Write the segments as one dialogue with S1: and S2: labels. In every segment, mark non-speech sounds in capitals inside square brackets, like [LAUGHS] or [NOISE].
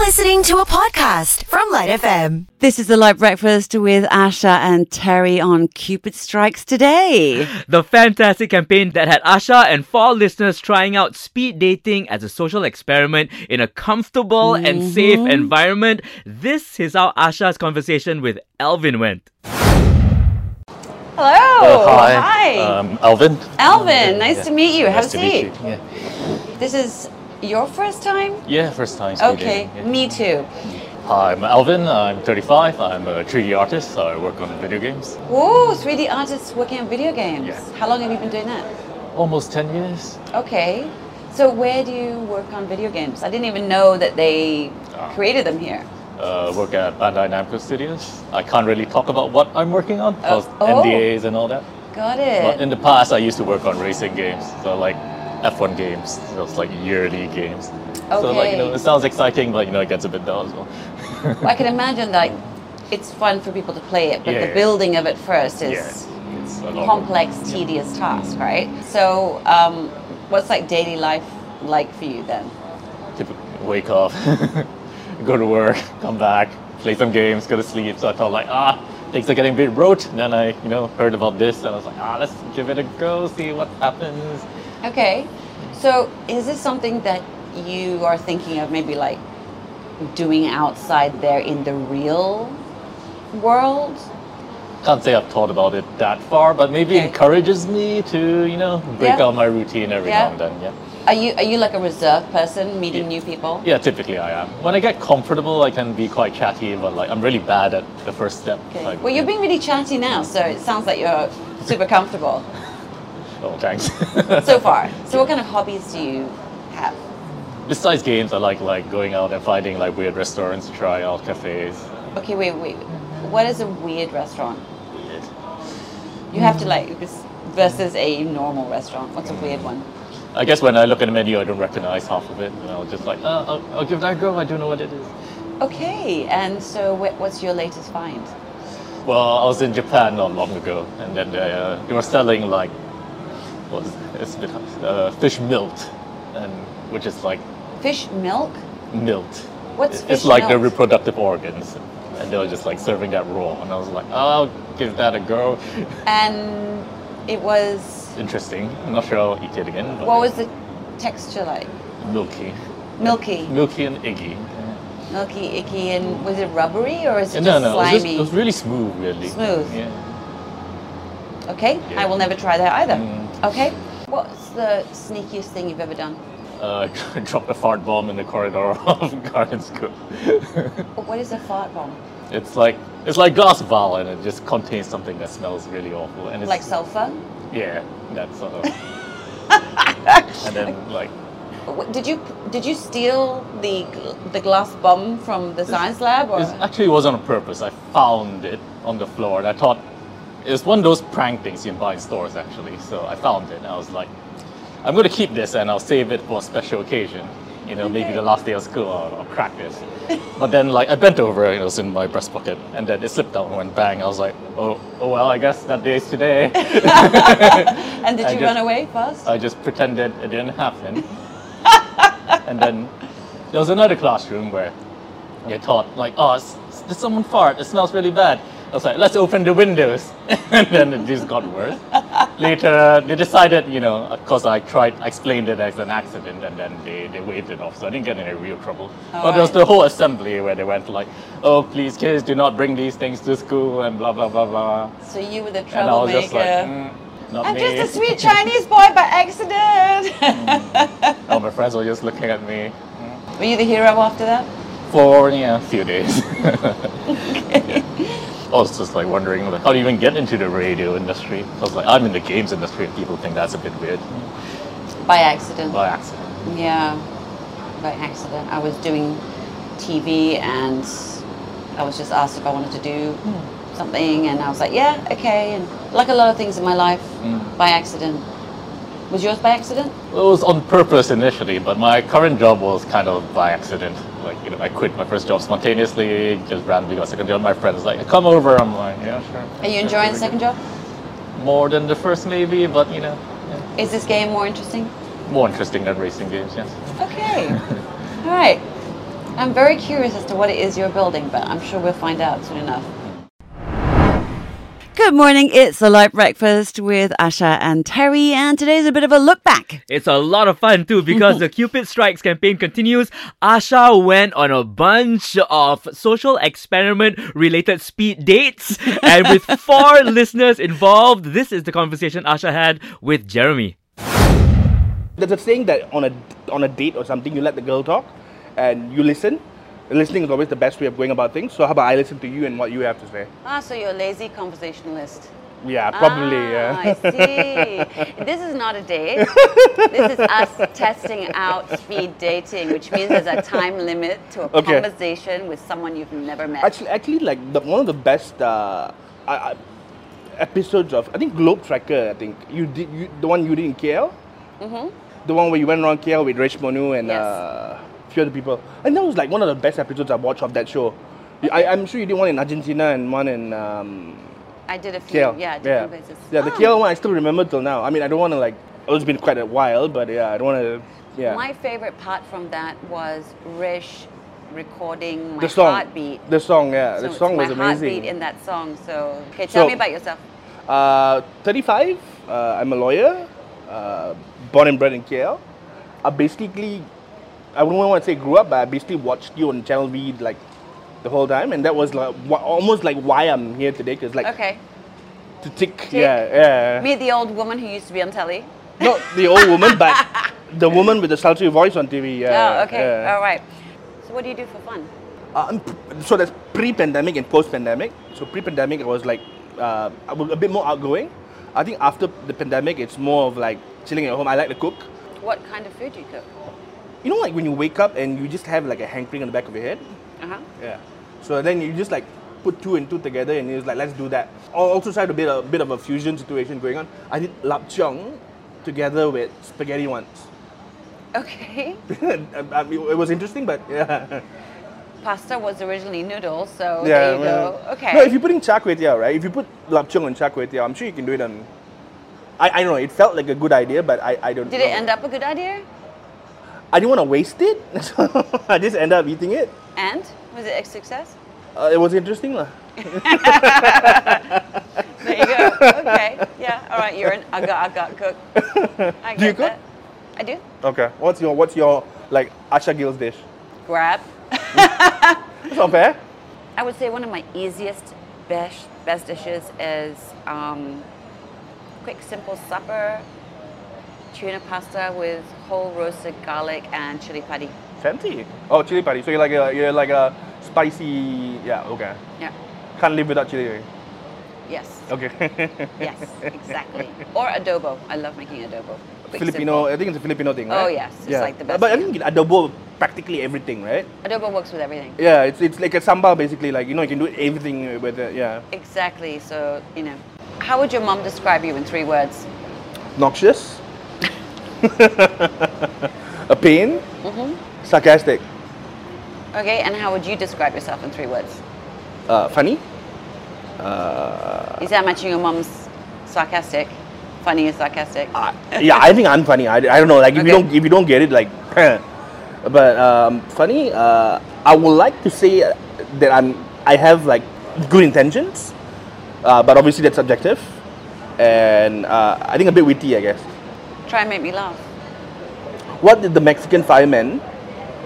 S1: listening to a podcast from Light FM.
S2: This is the Light Breakfast with Asha and Terry on Cupid Strikes today.
S3: The fantastic campaign that had Asha and four listeners trying out speed dating as a social experiment in a comfortable and safe environment. This is how Asha's conversation with Alvin went.
S2: Hello.
S4: Oh, Um, Alvin.
S2: Alvin, nice to meet you. Have
S4: nice
S2: a
S4: to meet
S2: seat.
S4: you. Yeah.
S2: This is your first time?
S4: yeah, first time. speaking.
S2: Okay,
S4: Yeah.
S2: me too.
S4: Hi, I'm Alvin. I'm 35. I'm a 3D artist. I work on video games.
S2: Whoa, 3D artists working on video games.
S4: Yeah.
S2: How long have you been doing that?
S4: Almost 10 years.
S2: Okay. So where do you work on video games? I didn't even know that they
S4: Ah.
S2: created them here.
S4: Uh, work at Bandai Namco Studios. I can't really talk about what I'm working on,
S2: Oh.
S4: because NDAs and all that.
S2: Got
S4: But in
S2: it.
S4: the past, I used to work on racing games, so like F1 games, those like yearly games. So like you know,
S2: Okay.
S4: it sounds exciting, but you know, it gets a bit dull as well.
S2: Well, I can imagine
S4: [LAUGHS]
S2: like it's fun for people to play it, but
S4: Yeah,
S2: the
S4: yeah.
S2: building of it first is
S4: yeah, it's a lot of-
S2: complex, tedious task, right? So, um, what's like daily life like for you then?
S4: Typ- wake up, [LAUGHS] go to work, come back, play some games, go to sleep. So I felt like, ah, things are getting a bit rote. Then I, you know, heard about this and I was like, ah, let's give it a go, see what happens.
S2: Okay, so is this something that you are thinking of maybe like doing outside there in the real world?
S4: Can't say I've thought about it that far, but maybe
S2: Okay.
S4: it encourages me to, you know, break
S2: Yeah.
S4: out my routine every
S2: Yeah.
S4: now and then. Yeah.
S2: Are you are you like a reserved person meeting
S4: Yeah.
S2: new people?
S4: Yeah, typically I am. When I get comfortable, I can be quite chatty, but like I'm really bad at the first step.
S2: Okay.
S4: Like,
S2: Well, you're being really chatty now, so it sounds like you're super comfortable
S4: oh,
S2: [LAUGHS]
S4: thanks. [LAUGHS]
S2: so far. So, what kind of hobbies do you have?
S4: Besides games, I like like going out and finding like weird restaurants to try out, cafes.
S2: Okay, wait, wait. What is a weird restaurant?
S4: Weird.
S2: You have to like this versus a normal restaurant. What's a weird one?
S4: I guess when I look at the menu, I don't recognize half of it, and I'll just like, uh, I'll, I'll give that a go. I don't know what it is.
S2: Okay, and so wh- what's your latest find?
S4: Well, I was in Japan not long ago, and then they, uh, they were selling like, what is it's a bit uh, fish milt, and which is like
S2: Fish milk?
S4: milt.
S2: What's
S4: It-
S2: fish
S4: It's like the
S2: milt?
S4: reproductive organs, and they were just like serving that raw, and I was like, I'll give that a go.
S2: And it was
S4: Interesting. I'm not sure I'll eat it again. But
S2: what was the texture like?
S4: milky,
S2: Milky,
S4: milky and eggy.
S2: milky, icky, and was it rubbery or is it
S4: no,
S2: just
S4: no, it was, just-
S2: slimy?
S4: it was really smooth, really.
S2: Smooth.
S4: Yeah.
S2: okay,
S4: Yeah.
S2: I will never try that either.
S4: Mm.
S2: Okay, what's the sneakiest thing you've ever done?
S4: uh, [LAUGHS] dropped a fart bomb in the corridor [LAUGHS] of Garden School.
S2: What is a fart bomb?
S4: it's like it's like glass vial and it just contains something that smells really awful. And it's
S2: Like sulfur?
S4: yeah, that sort of. and then like
S2: Wh- Did you did you steal the gl- the glass bomb from the science lab or?
S4: it actually was on purpose. I found it on the floor and I thought it's one of those prank things you can buy in stores actually. So I found it and I was like, I'm gonna keep this and I'll save it for a special occasion. You know, maybe the last day of school I'll, I'll crack this. But then like I bent over and it was in my breast pocket and then it slipped out and went bang. I was like, oh, oh well, I guess that day's today.
S2: And did
S4: I
S2: you
S4: just-
S2: run away fast?
S4: I just pretended it didn't
S2: [LAUGHS]
S4: happen. and then there was another classroom where they taught like, oh, s- s- did someone fart? It smells really bad. I was like, let's open the windows. [LAUGHS] and then it just got worse. Later, they decided, you know, of course I tried, I explained it as an accident and then they, they waved it off. So I didn't get any real trouble. but there was
S2: right.
S4: the whole assembly where they went like, oh, please kids, do not bring these things to school and blah, blah, blah, blah.
S2: so you were the
S4: And I was
S2: troublemaker.
S4: just like, mm, not
S2: I'm
S4: me.
S2: just a
S4: [LAUGHS]
S2: sweet Chinese boy by accident. [LAUGHS]
S4: All my friends were just looking at me
S2: were you the hero after that?
S4: for yeah, a
S2: [LAUGHS]
S4: few days. I was just like wondering like, how do you even get into the radio industry? I was like, I'm in the games industry and people think that's a bit weird.
S2: By accident.
S4: By accident.
S2: Yeah, by accident. I was doing TV and I was just asked if I wanted to do something, and I was like, yeah, okay. And like a lot of things in my life,
S4: Hmm.
S2: by accident. Was yours by accident?
S4: It was on purpose initially, but my current job was kind of by accident. Like, you know, I quit my first job spontaneously, just randomly got a second job. My friend was like, come over. I'm like, yeah, sure.
S2: Are you enjoying the second job?
S4: More than the first, maybe, but you know, yeah.
S2: Is this game more interesting?
S4: more interesting than racing games, yes.
S2: Okay. All right. I'm very curious as to what it is you're building, but I'm sure we'll find out soon enough. Good morning. It's the light breakfast with Asha and Terry, and today's a bit of a look back.
S3: It's a lot of fun too because the Cupid Strikes campaign continues. Asha went on a bunch of social experiment related speed dates, and with four listeners involved, this is the conversation Asha had with Jeremy.
S5: There's a saying that on a on a date or something, you let the girl talk, and you listen. Listening is always the best way of going about things. So how about I listen to you and what you have to say?
S2: Ah, so you're a lazy conversationalist.
S5: Yeah, probably.
S2: Ah,
S5: yeah.
S2: I see. This is not a date.
S5: [LAUGHS]
S2: this is us testing out speed dating, which means there's a time limit to a
S5: Okay.
S2: conversation with someone you've never met.
S5: [LAUGHS] Actually, actually, like the, one of the best uh, I, I, episodes of I think Globe Tracker. I think you did you, the one you did in KL. The one where you went around KL with Rich Monu
S2: Mm-hmm.
S5: and
S2: Yes.
S5: uh, a few other people. And that was like one of the best episodes I watched of that show. I, I'm sure you did one in Argentina and one in um,
S2: I did a few.
S5: KL.
S2: Yeah, different
S5: yeah.
S2: places.
S5: Yeah, the
S2: Oh,
S5: KL one I still remember till now. I mean, I don't want to like. It's been quite a while, but yeah, I don't want to. Yeah.
S2: My favorite part from that was Rish recording my
S5: the song.
S2: heartbeat.
S5: The song, yeah.
S2: So
S5: the
S2: it's
S5: song was
S2: my
S5: amazing.
S2: heartbeat in that song. So, okay, tell
S5: So-
S2: me about yourself.
S5: Uh, 35. Uh, I'm a lawyer, uh, born and bred in KL. I basically, I wouldn't want to say grew up, but I basically watched you on Channel V like the whole time, and that was like wh- almost like why I'm here today, because like
S2: Okay.
S5: to tick, yeah, yeah.
S2: Meet the old woman who used to be on telly.
S5: Not the old
S2: [LAUGHS]
S5: woman, but the woman with the sultry voice on TV. Yeah,
S2: oh, okay.
S5: yeah.
S2: All right. So, what do you do for fun?
S5: Um, p- so that's pre-pandemic and post-pandemic. So pre-pandemic, I was like uh, I was a bit more outgoing. I think after the pandemic, it's more of like chilling at home. I like to cook.
S2: What kind of food do you cook?
S5: You know, like when you wake up and you just have like a hankering on the back of your head.
S2: Uh huh.
S5: Yeah. So then you just like put two and two together and it's like let's do that. Al- Also tried a bit a bit of a fusion situation going on. I did lap cheong together with spaghetti once.
S2: [LAUGHS]
S5: [LAUGHS]
S2: Okay.
S5: I- I mean, it was interesting, but yeah. [LAUGHS]
S2: Pasta was originally noodles, so
S5: Yeah,
S2: Oh, there you
S5: well,
S2: go. Okay.
S5: No, if you're putting char kway teow, right? If you put lap cheong on char kway teow, I'm sure you can do it on. I, I don't know. It felt like a good idea, but I, I don't.
S2: Did
S5: know.
S2: it end up a good idea?
S5: I didn't want to waste it, [LAUGHS] so I just ended up eating it.
S2: And was it a success?
S5: Uh, it was interesting, lah.
S2: There you go.
S5: [LAUGHS]
S2: okay. Yeah. All right. You're an aga aga cook. I
S5: Do you
S2: get
S5: cook?
S2: that. I do.
S5: Okay. What's your What's your like Asha Gill's dish?
S2: Grab.
S5: It's not fair.
S2: I would say one of my easiest best best dishes is um, quick simple supper, tuna pasta with whole roasted garlic and chili padi.
S5: Fancy. Oh, chili padi. So you're like a you're like a spicy. Yeah. Okay.
S2: Yeah.
S5: Can't live without chili.
S2: Yes.
S5: Okay.
S2: Yes. Exactly. or adobo. I love making adobo. Quick,
S5: [LAUGHS] Filipino.
S2: simple.
S5: I think it's a Filipino thing,
S2: Oh,
S5: right?
S2: yes. It's like the best
S5: But I
S2: thing.
S5: think adobo practically everything, right?
S2: Adobo works with everything.
S5: Yeah, it's, it's like a sambal basically. Like you know, you can do everything with it. Yeah.
S2: Exactly. So you know, how would your mom describe you in three words?
S5: Noxious. [LAUGHS] a pain. Sarcastic.
S2: Okay, and how would you describe yourself in three words?
S5: Uh, funny. Uh,
S2: Is that matching your mom's sarcastic? Funny and sarcastic.
S5: I- yeah, I think I'm funny. I, I don't know. Like if you
S2: Okay.
S5: don't if you don't get it, like, [LAUGHS] but um, funny. Uh, I would like to say uh, that I'm I have like good intentions, uh, but obviously that's subjective, and uh, I think a bit witty, I guess.
S2: Try and make me laugh.
S5: What did the Mexican fireman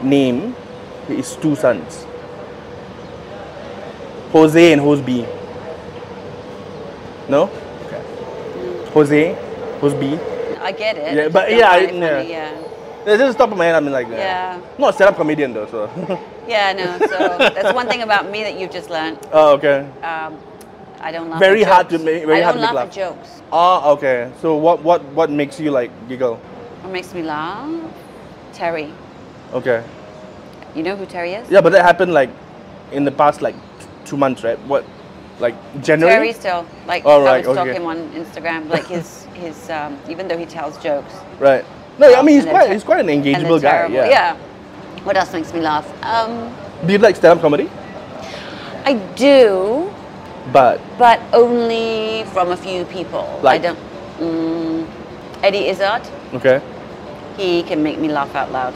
S5: name his two sons? Jose and Jose B. No. Jose, Jose B.
S2: I get it.
S5: Yeah,
S2: I just
S5: but
S2: don't
S5: yeah,
S2: find
S5: I-
S2: it
S5: yeah.
S2: funny, yeah.
S5: This is top of my head. I mean, like, uh,
S2: Yeah.
S5: Not a stand-up comedian though, so. [LAUGHS]
S2: Yeah, no. So that's one thing about me that you've just learned.
S5: oh, okay.
S2: Um, I don't laugh.
S5: Very
S2: at
S5: hard
S2: jokes.
S5: to make- very
S2: I
S5: hard
S2: don't
S5: to make
S2: laugh at jokes.
S5: Ah, okay. So what, what, what makes you like giggle?
S2: What makes me laugh? Terry.
S5: Okay.
S2: You know who Terry is?
S5: Yeah, but that happened like in the past like t- two months, right? What, like January?
S2: Terry still like
S5: All
S2: I
S5: right,
S2: would stalk
S5: okay.
S2: him on Instagram. Like his his um, even though he tells jokes.
S5: Right. No, I mean he's
S2: And they're
S5: quite
S2: ter-
S5: he's quite an
S2: and they're
S5: engageable guy.
S2: terrible.
S5: Yeah.
S2: What else makes me laugh? Um,
S5: Do you like stand-up comedy?
S2: I do,
S5: But
S2: but only from a few people.
S5: Like-
S2: I don't. Mm, Eddie Izzard.
S5: okay.
S2: He can make me laugh out loud.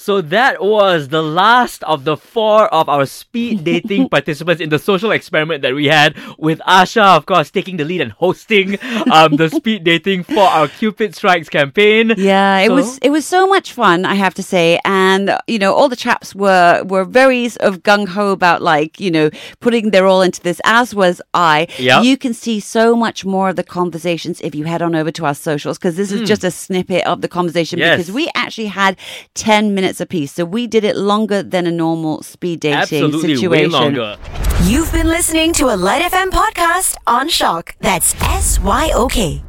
S3: So that was the last of the four of our
S2: [LAUGHS]
S3: speed dating participants in the social experiment that we had with Asha, of course, taking the lead and hosting um, the speed dating for our Cupid Strikes campaign.
S2: Yeah, it
S3: So-
S2: was it was so much fun, I have to say, and you know all the chaps were were very sort of gung ho about like you know putting their all into this, as was I.
S3: Yeah.
S2: you can see so much more of the conversations if you head on over to our socials because this is just a snippet of the conversation
S3: Hmm. Yes.
S2: because we actually had ten minutes apiece, so we did it longer than a normal speed dating
S3: Absolutely,
S2: situation.
S3: way longer.
S1: You've been listening to a Light FM podcast on Shock. That's S Y O K.